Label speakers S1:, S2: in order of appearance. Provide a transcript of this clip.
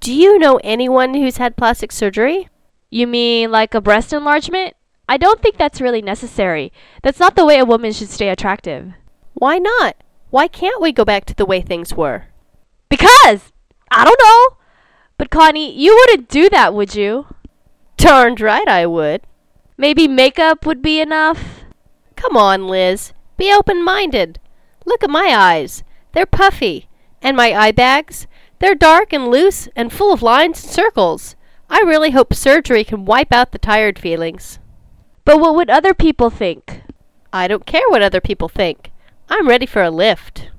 S1: Do you know anyone who's had plastic surgery?
S2: You mean like a breast enlargement? I don't think that's really necessary. That's not the way a woman should stay attractive.
S1: Why not? Why can't we go back to the way things were?
S2: Because! I don't know! But Connie, you wouldn't do that, would you?
S1: Darned right I would.
S2: Maybe makeup would be enough?
S1: Come on, Liz. Be open minded. Look at my eyes. They're puffy. And my eye bags? They're dark and loose and full of lines and circles. I really hope surgery can wipe out the tired feelings.
S2: But what would other people think?
S1: I don't care what other people think. I'm ready for a lift.